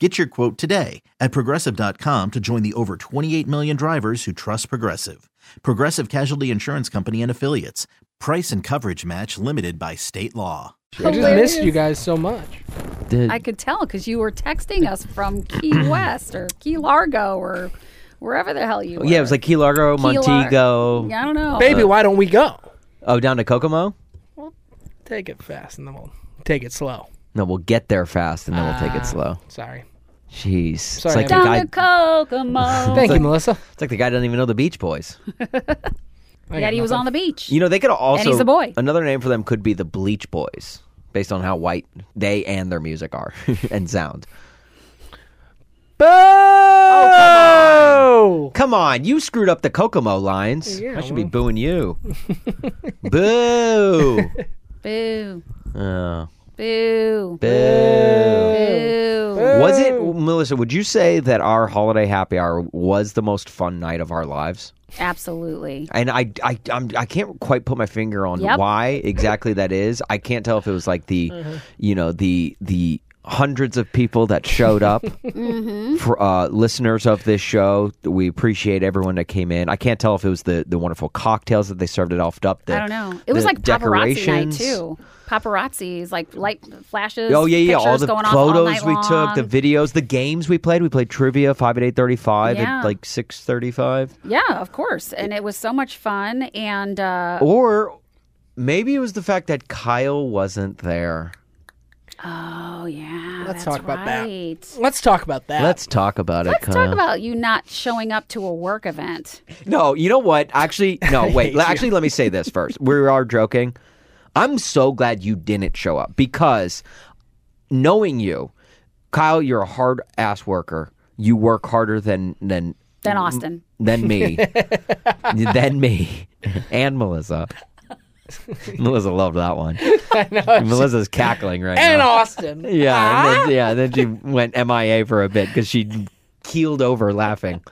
Get your quote today at progressive.com to join the over 28 million drivers who trust Progressive. Progressive Casualty Insurance Company and Affiliates. Price and coverage match limited by state law. I just Hilarious. missed you guys so much. Did, I could tell because you were texting us from Key West or Key Largo or wherever the hell you were. yeah, it was like Key Largo, Key Lar- Montego. Yeah, I don't know. Baby, why don't we go? Oh, down to Kokomo? Take it fast and then we'll take it slow. No, we'll get there fast and then we'll take Ah, it slow. Sorry. Jeez. sorry, it's, like the Down guy, to Kokomo. Thank you, Melissa. it's like the guy doesn't even know the Beach Boys. I Yet got he was nothing. on the beach. You know, they could also. he's a boy. Another name for them could be the Bleach Boys, based on how white they and their music are and sound. Boo! Oh, Come on, you screwed up the Kokomo lines. Yeah, I should be booing you. Boo! Boo. Oh, Boo. boo. Boo. Was it Melissa? Would you say that our holiday happy hour was the most fun night of our lives? Absolutely. And I, I, I'm, I can't quite put my finger on Yep. Mm-hmm. why exactly that is. I can't tell if it was like the, you know, the the hundreds of people that showed up Mm-hmm. for uh, listeners of this show. We appreciate everyone that came in. I can't tell if it was the the wonderful cocktails that they served it off up. The, I don't know. It was the like paparazzi night decorations. too. Paparazzi's like light flashes. Oh yeah, yeah! All pictures the going off all photos night we took, the long. videos, the games we played. We played trivia five at eight thirty-five Yeah. at like six thirty-five, yeah, of course, and it was so much fun. And uh, Oh. or maybe it was the fact that Kyle wasn't there. oh yeah, Let's that's talk about that. right. Let's talk about that. Let's talk about it, Uh, Let's Kyle. talk about you not showing up to a work event. no, you know what? Actually, no. Wait. hate le- actually, let me say this first. We are joking. I'm so glad you didn't show up because knowing you, Kyle, you're a hard ass worker. You work harder than than Then Austin. than me, than me, and Melissa. Melissa loved that one. Melissa's cackling right and now. Austin. yeah, Ah! and then, yeah. and then she went MIA for a bit because she keeled over laughing.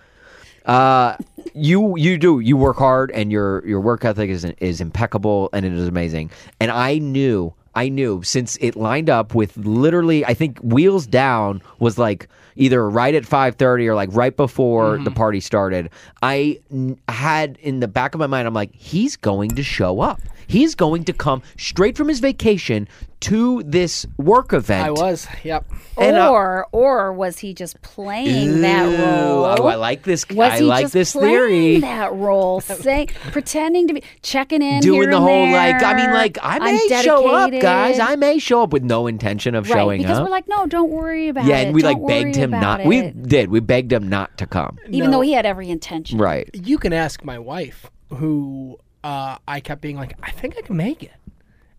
Uh, you you do you work hard and your your work ethic is is impeccable and it is amazing. And I knew I knew since it lined up with literally I think Wheels Down was like either right at 5:30 or like right before the party started. I n- had in the back of my mind I'm like he's going to show up. He's going to come straight from his vacation to this work event. I was. Yep. And, uh, or or was he just playing that Ooh, role? Oh, I like this. was I he like just this playing theory. that role, saying, pretending to be checking in, Doing here the and whole like, I mean, there. like, I I'm may show up, guys. dedicated. I may show up with no intention of right, showing because up. we're like, no, don't worry about yeah, it. and we Don't like begged worry him about not. We it. did. We begged him not to come. even No. though he had every intention. Right. You can ask my wife, who uh, I kept being like, I think I can make it.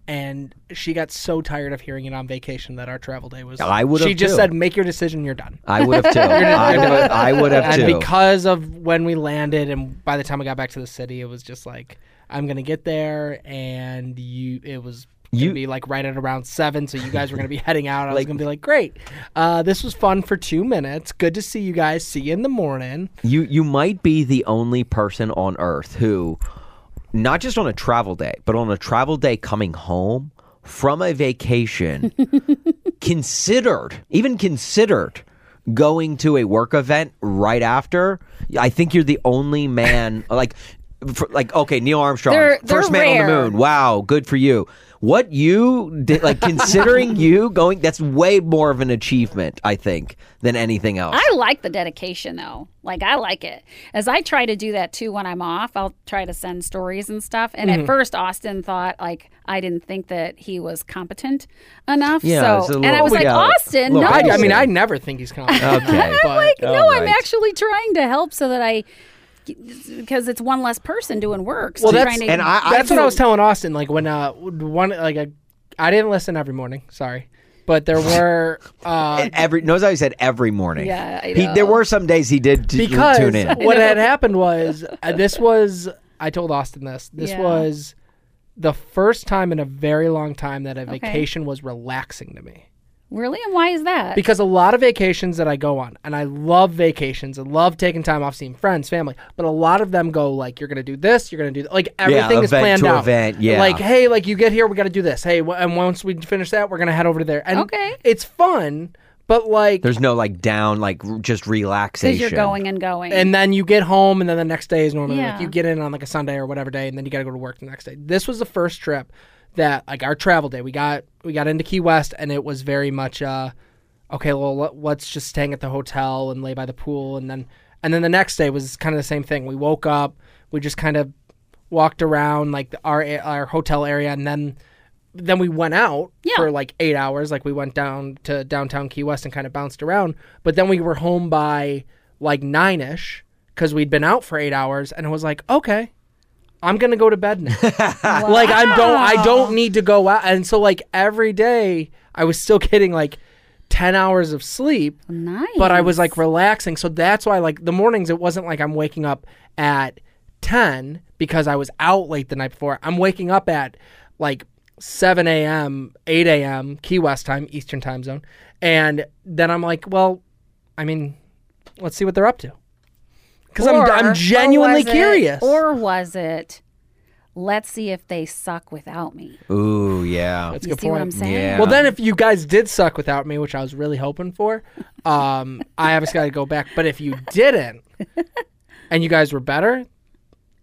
And she got so tired of hearing it on vacation that our travel day was. I would've She just too. said, "Make your decision. You're done." I would have too. I would. I would have and too. because of when we landed and by the time i got back to the city it was just like i'm gonna get there and you it was gonna You- be like right at around seven so you guys were gonna be heading out i was Like- gonna be like great uh, this was fun for two minutes good to see you guys see you in the morning you you might be the only person on earth who not just on a travel day but on a travel day coming home from a vacation considered even considered going to a work event right after i think you're the only man like for, like okay, Neil Armstrong, They're- they're 1st man on the rare. moon. Wow, good for you. What you did, like considering you going, that's way more of an achievement, I think, than anything else. I like the dedication though. Like I like it. As I try to do that too when I'm off, I'll try to send stories and stuff. And Mm-hmm. at first Austin thought like I didn't think that he was competent enough. Yeah, it's so a and I little- was like, yeah, Austin, little no. I, I mean, Yeah. I never think he's competent. Okay. but like, no, All I'm right. actually trying to help so that I because it's one less person doing work. So Well, I'm that's- trying to, and I- that's what I was telling Austin. Like when uh one like I, I didn't listen every morning. Sorry, but there were uh And every knows how he said every morning. Yeah, I He, know. there were some days he did t- because tune in. what had happened was uh, this was I told Austin this. This Yeah. was the first time in a very long time that a Okay. vacation was relaxing to me. really and why is that? Because a lot of vacations that I go on, and I love vacations, I love taking time off, seeing friends, family, but a lot of them go like, you're going to do this, you're going to do that. Like everything is event planned to out. event, yeah. Like, hey, like you get here, we got to do this. Hey, w- and once we finish that, we're going to head over to there. And Okay. it's fun, but like, There's no like down, like r- just relaxation. Because you're going and going. and then you get home, and then the next day is normally like Yeah. you get in on like a Sunday or whatever day, and then you got to go to work the next day. This was the first trip that like our travel day. We got we got into Key West, and it was very much uh, okay. Well, let, let's just staying at the hotel and lay by the pool, and then and then the next day was kind of the same thing. We woke up, we just kind of walked around like the, our our hotel area, and then then we went out Yeah. for like eight hours. Like we went down to downtown Key West and kind of bounced around. But then we were home by like nine ish because we'd been out for eight hours, and it was like, okay, I'm gonna go to bed now. Like I'm don't I don't need to go out. And so like every day I was still getting like ten hours of sleep, nice. but I was like relaxing. So that's why like the mornings it wasn't like I'm waking up at 10 because I was out late the night before. I'm waking up at like 7 a.m., 8 a.m. Key West time, Eastern time zone. And then I'm like, well, I mean, let's see what they're up to. Because I'm, Or- I'm or genuinely was it- curious. or was it? Let's see if they suck without me. Ooh, yeah. That's a you good see what point. I'm saying? Yeah. Well, then if you guys did suck without me, which I was really hoping for, um, I obviously got to go back. But if you didn't, and you guys were better,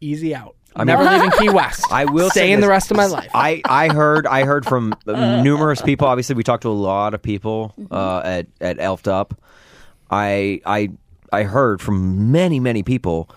easy out. I'm never leaving Key West. I will say stay in the this. rest of my life. I, I heard I heard from numerous people. Obviously, we talked to a lot of people Mm-hmm. uh, at at Elfed Up. I I I heard from many many people.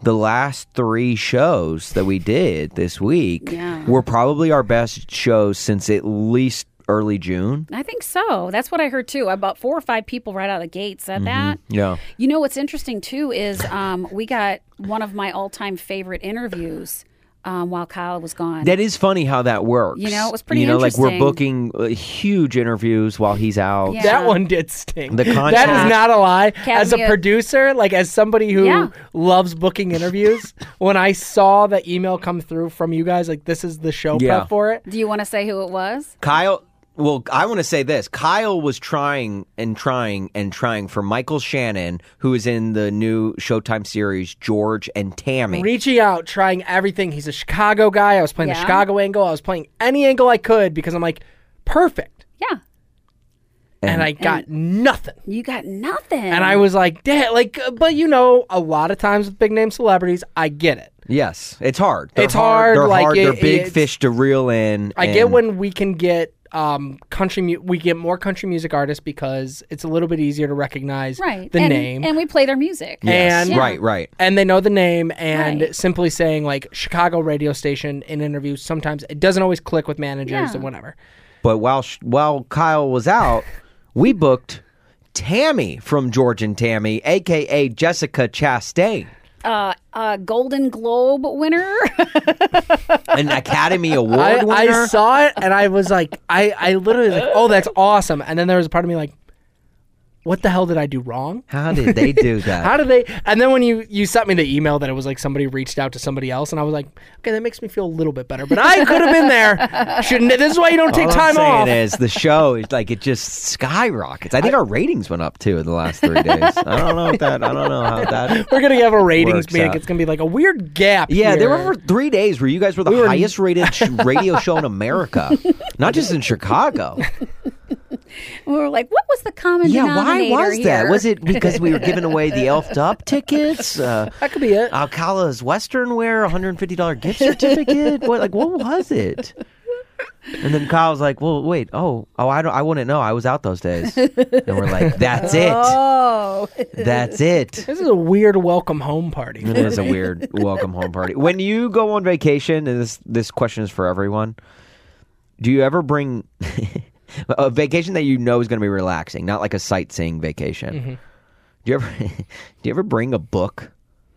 The last three shows that we did this week Yeah. were probably our best shows since at least early June. I think so. That's what I heard too. About four or five people right out of the gate Mm-hmm. said that. Yeah, You know what's interesting too is um, we got one of my all-time favorite interviews um, while Kyle was gone. that is funny how that works. You know, it was pretty You know, like we're interesting. booking uh, huge interviews while he's out. Yeah. that one did sting. The that contact- is not a lie. as a Academy of- producer, like as somebody who Yeah. loves booking interviews, when I saw the email come through from you guys, like this is the show Yeah. prep for it. Do you want to say who it was? Kyle. Well, I want to say this. Kyle was trying and trying and trying for Michael Shannon, who is in the new Showtime series George and Tammy. reaching out, trying everything. He's a Chicago guy. I was playing the Yeah. Chicago angle. I was playing any angle I could because I'm like, perfect. Yeah, And, I got nothing. you got nothing. And I was like, damn, like, uh, but you know, a lot of times with big name celebrities, I get it. yes, it's hard. They're It's hard, They're like, hard. it- they're big it's- fish to reel in. I get and- when we can get um country mu- we get more country music artists because it's a little bit easier to recognize right the and, name. and we play their music. Yes, and- right, right. and they know the name and Right. simply saying like Chicago radio station in interviews sometimes it doesn't always click with managers Yeah. and whatever. But while sh- while Kyle was out, we booked Tammy from George and Tammy, aka Jessica Chastain, Uh, a Golden Globe winner. an Academy Award I, winner. I saw it and I was like, I, I literally was like, oh, that's awesome. And then there was a part of me like, what the hell did I do wrong? How did they do that? How did they? And then when you you sent me the email that it was like somebody reached out to somebody else, and I was like, okay, that makes me feel a little bit better. But I could have been there. Shouldn't this is why you don't take All time I'm off? saying is the show is like it just skyrockets. I think our ratings went up too in the last three days. I don't know if that. I don't know how that. We're gonna have a ratings Works meeting. out. It's gonna be like a weird gap. Yeah, there here. were three days where you guys were the highest rated sh- radio show in America, not just in Chicago. we were like, what was the common Yeah, why denominator was that? here? Was it because we were giving away the elfed up tickets? Uh, That could be it. Alcala's Western Wear $150 gift certificate? what like what was it? And then Kyle's like, "Well, wait. Oh, oh, I don't. I wouldn't know. I was out those days." And we're like, "That's it. Oh, That's it." This is a weird welcome home party. It is a weird welcome home party. When you go on vacation, and this this question is for everyone, do you ever bring a vacation that you know is going to be relaxing, not like a sightseeing vacation? Do you ever do you ever bring a book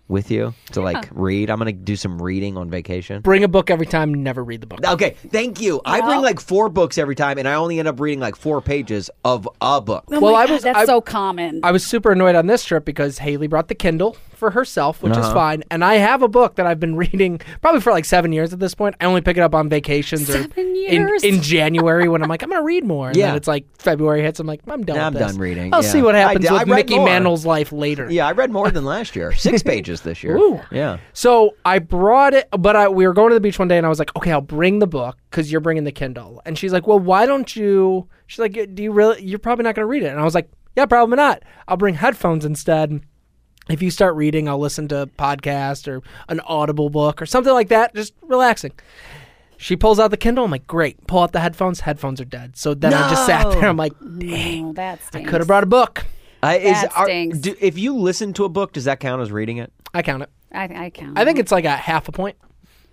with you to like read? I'm going to do some reading on vacation. Bring a book every time, never read the book. Okay, thank you. I bring like four books every time, and I only end up reading like four pages of a book. well, I God, was that's I, so common. I was super annoyed on this trip because Haley brought the Kindle for herself, which Uh-huh. is fine. And I have a book that I've been reading probably for like seven years at this point. I only pick it up on vacations or Seven in- years? In, January when I'm like, I'm gonna read more. And Yeah. then it's like February hits. I'm like, I'm done. Nah, with I'm this. done reading, I'll yeah. see what I happens d- I with read Mickey more. Mandel's life later. Yeah, I read more than last year. Six pages this year. Ooh. Yeah. So I brought it, but I, we were going to the beach one day, and I was like, "Okay, I'll bring the book because you're bringing the Kindle." And she's like, "Well, why don't you?" She's like, "Do you really? You're probably not going to read it." And I was like, "Yeah, probably not. I'll bring headphones instead. If you start reading, I'll listen to podcast or an Audible book or something like that. Just relaxing." She pulls out the Kindle. I'm like, "Great." Pull out the headphones. Headphones are dead. So then I just sat No. there. I'm like, oh, that stinks. "Could have brought a book." I is That are- stinks. do, if you listen to a book, does that count as reading it? I count it. I, I count. I think it's like a half a point.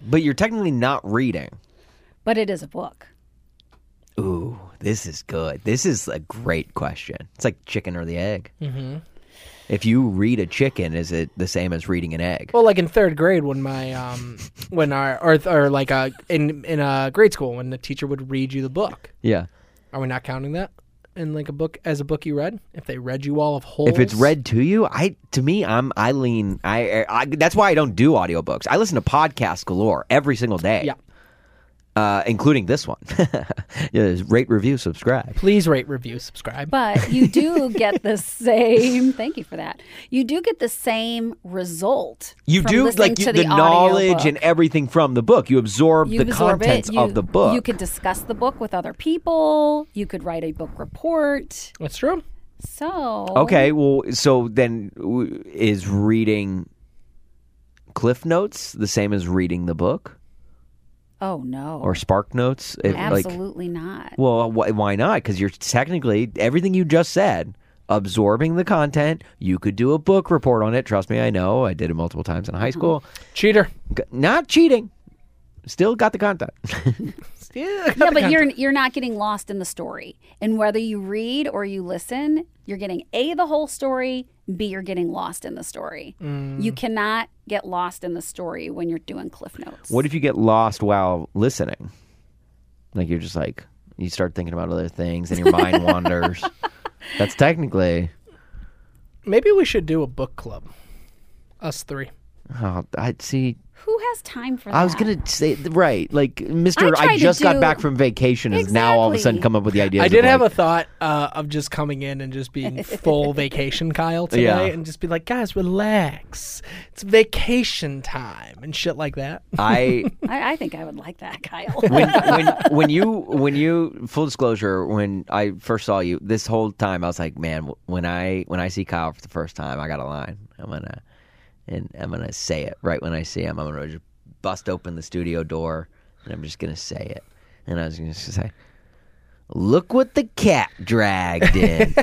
But you're technically not reading. but it is a book. Ooh, this is good. This is a great question. It's like chicken or the egg. Mm-hmm. If you read a chicken, is it the same as reading an egg? Well, like in third grade, when my um, when our or, or like uh in in uh, grade school, when the teacher would read you the book. yeah. Are we not counting that? in like a book as a book you read, if they read you all of whole. If it's read to you, I to me, I'm I lean I, I, I that's why I don't do audiobooks. I listen to podcasts galore every single day. Yeah. Uh, including this one. yeah, there's rate, review, subscribe. please rate, review, subscribe. But you do get the same. Thank you for that. You do get the same result. You from do listening like you, to the, knowledge and audiobook. everything from the book. You absorb You the absorb it, contents you- of the book. You could discuss the book with other people. You could write a book report. That's true. So Okay, well, so then w- is reading Cliff Notes the same as reading the book Oh no. or Spark Notes? It, like- Absolutely not. well, wh- why not? Because you're technically everything you just said, absorbing the content. You could do a book report on it. Trust me, I know. I did it multiple times in high Mm-hmm. school. Cheater. G- Not cheating. Still got the content. Yeah, Yeah, but you're you're not getting lost in the story. And whether you read or you listen, you're getting a the whole story, b you're getting lost in the story. You cannot get lost in the story when you're doing cliff notes. What if you get lost while listening? Like you're just like you start thinking about other things and your mind wanders. That's technically. maybe we should do a book club. Us three. Oh, I see. Who has time for that? I was gonna say right, like Mister. I I, tried to just got do- back from vacation, and is now all of a sudden Exactly. come up with the idea. I did have a thought uh, of just coming in and just being full vacation Kyle today Yeah. and just be like, guys, relax. It's vacation time and shit like that. I I, I think I would like that, Kyle. when when when you when you full disclosure when I first saw you this whole time I was like man when I when I see Kyle for the first time I got a line I'm gonna and I'm gonna say it right when I see him I'm gonna just bust open the studio door and I'm just gonna say it and I was gonna say look what the cat dragged in.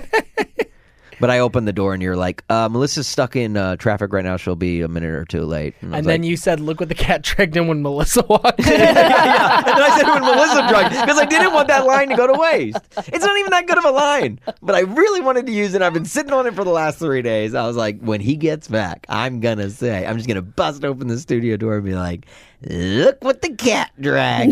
But I opened the door and you're like, uh, Melissa's stuck in uh, traffic right now. She'll be a minute or two late. I And was like, then you said, "Look what the cat dragged in when Melissa walked in." and then I said when Melissa drugged because I didn't want that line to go to waste. It's not even that good of a line, but I really wanted to use it. I've been sitting on it for the last three days. I was like, when he gets back, I'm gonna say, I'm just gonna bust open the studio door and be like, look what the cat dragged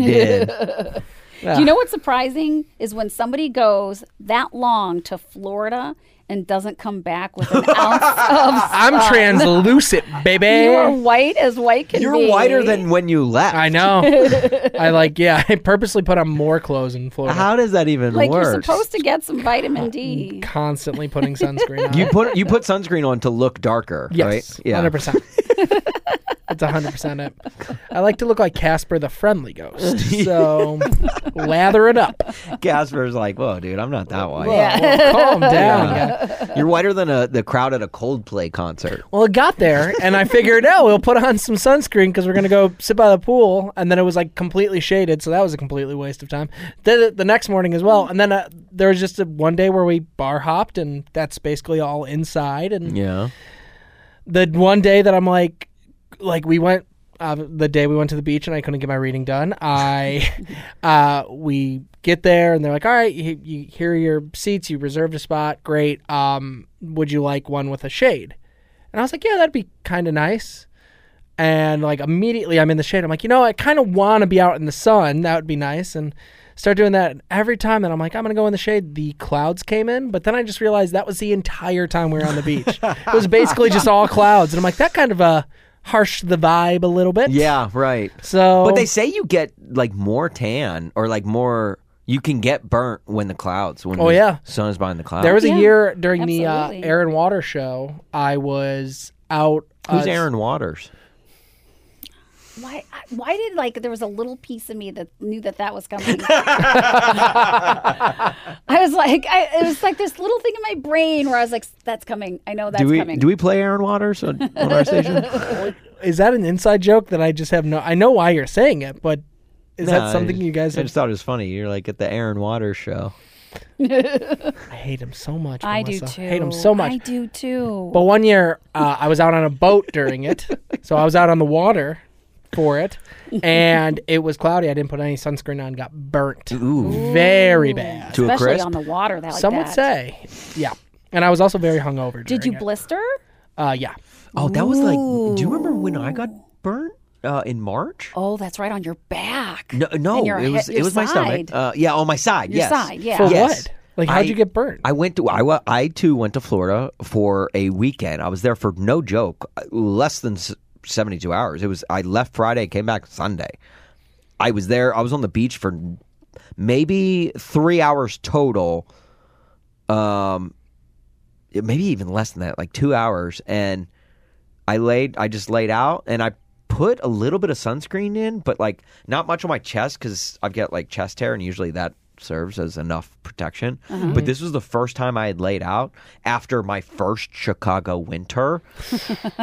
in. Do you know what's surprising is when somebody goes that long to Florida and doesn't come back with an ounce of I'm translucent, baby. you are white as white can be. You're whiter than when you left. I know. I like. Yeah, I purposely put on more clothes in Florida. How does that even like work? you're supposed to get some vitamin D. Constantly putting sunscreen on. You put you put sunscreen on to look darker, yes, right? Yeah. hundred percent. That's 100% it. I like to look like Casper the Friendly Ghost. So lather it up. Casper's like, whoa, dude, I'm not that white. Whoa, whoa, calm down. Yeah. You're whiter than a, the crowd at a Coldplay concert. Well, it got there, and I figured, oh, we'll put on some sunscreen because we're gonna go sit by the pool, and then it was like completely shaded, so that was a completely waste of time. Then the- the next morning as well, and then uh, there was just a, one day where we bar hopped, and that's basically all inside. And Yeah. the one day that I'm like, like we went. Uh, the day we went to the beach and I couldn't get my reading done, I, uh, we get there and they're like, "All right, you, you here are your seats. You reserved a spot. Great. Um, would you like one with a shade?" And I was like, yeah, that'd be kind of nice. And like immediately I'm in the shade. I'm like, you know, I kind of want to be out in the sun. That would be nice. And start doing that. And every time that I'm like, I'm going to go in the shade, the clouds came in. But then I just realized that was the entire time we were on the beach. it was basically just all clouds. And I'm like, that kind of uh, harshed the vibe a little bit. Yeah, right. So, But they say you get like more tan or like more. You can get burnt when the clouds when Oh, the yeah. sun is behind the clouds. there was Yeah, a year during the uh, absolutely. air and water show, I was out. uh, who's Aaron Waters? Mm-hmm. Why? I- Why did like there was a little piece of me that knew that that was coming. I was like, I, it was like this little thing in my brain where I was like, "That's coming. I know that's do we coming." do we play Aaron Waters on, on our station? Is that an inside joke that I just have no? I know why you're saying it, but is Nah, that I something just- you guys I have just thought it was funny. You're like at the Aaron Waters show. I hate him so much. I do Melissa. too. hate him so much. I do too. but one year, uh, I was out on a boat during it, so I was out on the water for it, and it was cloudy. I didn't put any sunscreen on. Got burnt Ooh. very bad. To a Especially crisp. on the water. That like Some would that. say, yeah. And I was also very hungover. Did you during it. blister? Uh, yeah. oh, that was like. Do you remember when I got burnt uh, in March? Oh, that's right on your back. No, no, And your it was he- it your was my stomach. side. Uh, yeah, on my side. Your yes. side, yeah. For Yes. what? Like, how'd I- you get burnt? I went to I, wa- I too went to Florida for a weekend. I was there for no joke, less than s- 72 hours. It was I left Friday, came back Sunday. I was there. I was on the beach for maybe 3 hours total. Um maybe even less than that, like 2 hours and I laid I just laid out and I put a little bit of sunscreen in, but like not much on my chest cuz I've got like chest hair and usually that serves as enough protection. Uh-huh. But this was the first time I had laid out after my first Chicago winter.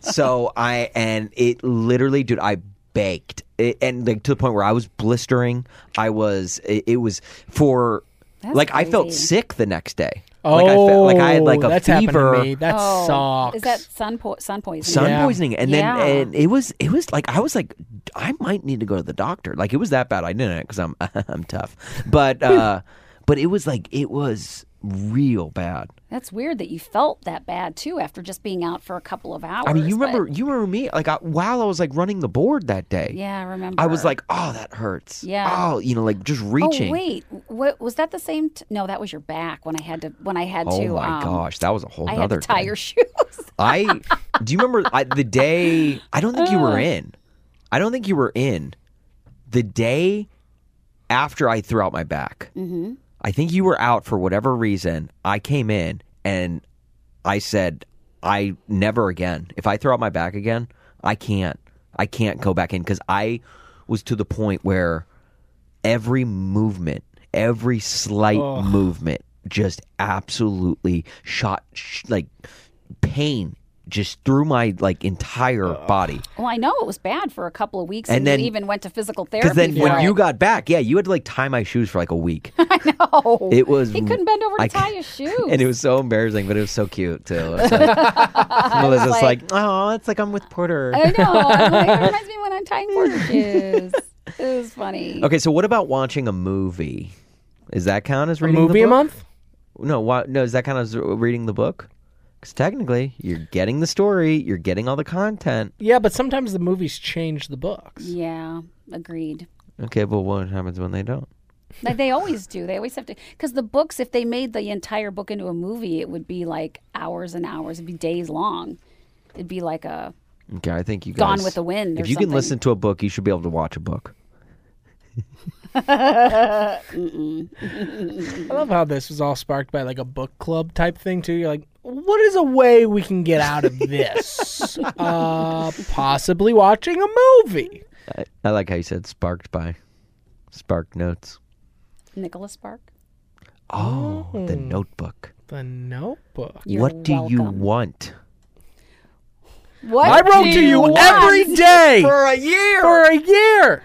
so I and it literally dude I baked. It, and like to the point where I was blistering. I was it, it was for That's like I felt crazy. sick the next day. oh, like I felt like I had like a that's happened fever to me. That oh, sucks. Is that sun po- sun poisoning? sun Yeah. poisoning and then Yeah. and it was it was like i was like i might need to go to the doctor like it was that bad i didn't because i'm i'm tough Hmm. but uh but it was like it was real bad That's weird that you felt that bad too after just being out for a couple of hours. i mean you but- remember you remember me like I, while i was like running the board that day Yeah, I remember. i was like oh that hurts Yeah. oh you know like just Oh reaching wait, what, was that the same? T- no, that was your back when I had to when I had Oh to. my um, gosh, that was a whole I had nother to tie thing. your shoes. I do you remember I, the day? I don't think you were in. I don't think you were in the day after I threw out my back. Mhm. I think you were out for whatever reason. I came in and I said, "I never again. If I throw out my back again, I can't. I can't go back in because I was to the point where every movement, every slight movement, just absolutely shot sh- like pain just through my like entire body. well, I know it was bad for a couple of weeks, And and, then- you even went to physical therapy. Because then for when it. you got back, yeah, you had to like tie my shoes for like a week. oh, It was he couldn't bend over to I tie c- his shoes. and it was so embarrassing, but it was so cute too. It was like, Melissa's like, oh, it's like I'm with Porter. I know. I'm like, it reminds me when I'm tying quarter shoes. It was funny. Okay, so what about watching a movie? Is that count as a reading the movie a book? month? No, why, no, is that count as reading the book? Because technically, you're getting the story, you're getting all the content. Yeah, but sometimes the movies change the books. Yeah, agreed. Okay, but what happens when they don't? Like they always do. They always have to because the books. If they made the entire book into a movie, it would be like hours and hours. It'd be days long. It'd be like a Okay, I think you guys. Gone with the Wind or If you can something. listen to a book, you should be able to watch a book. I love how this was all sparked by like a book club type thing too. You're like, what is a way we can get out of this? uh, possibly watching a movie. I, I like how you said sparked by spark notes. Nicholas Spark. Oh, the notebook. The Notebook. You're what do you welcome. want? What I wrote to you every day for a year. For a year.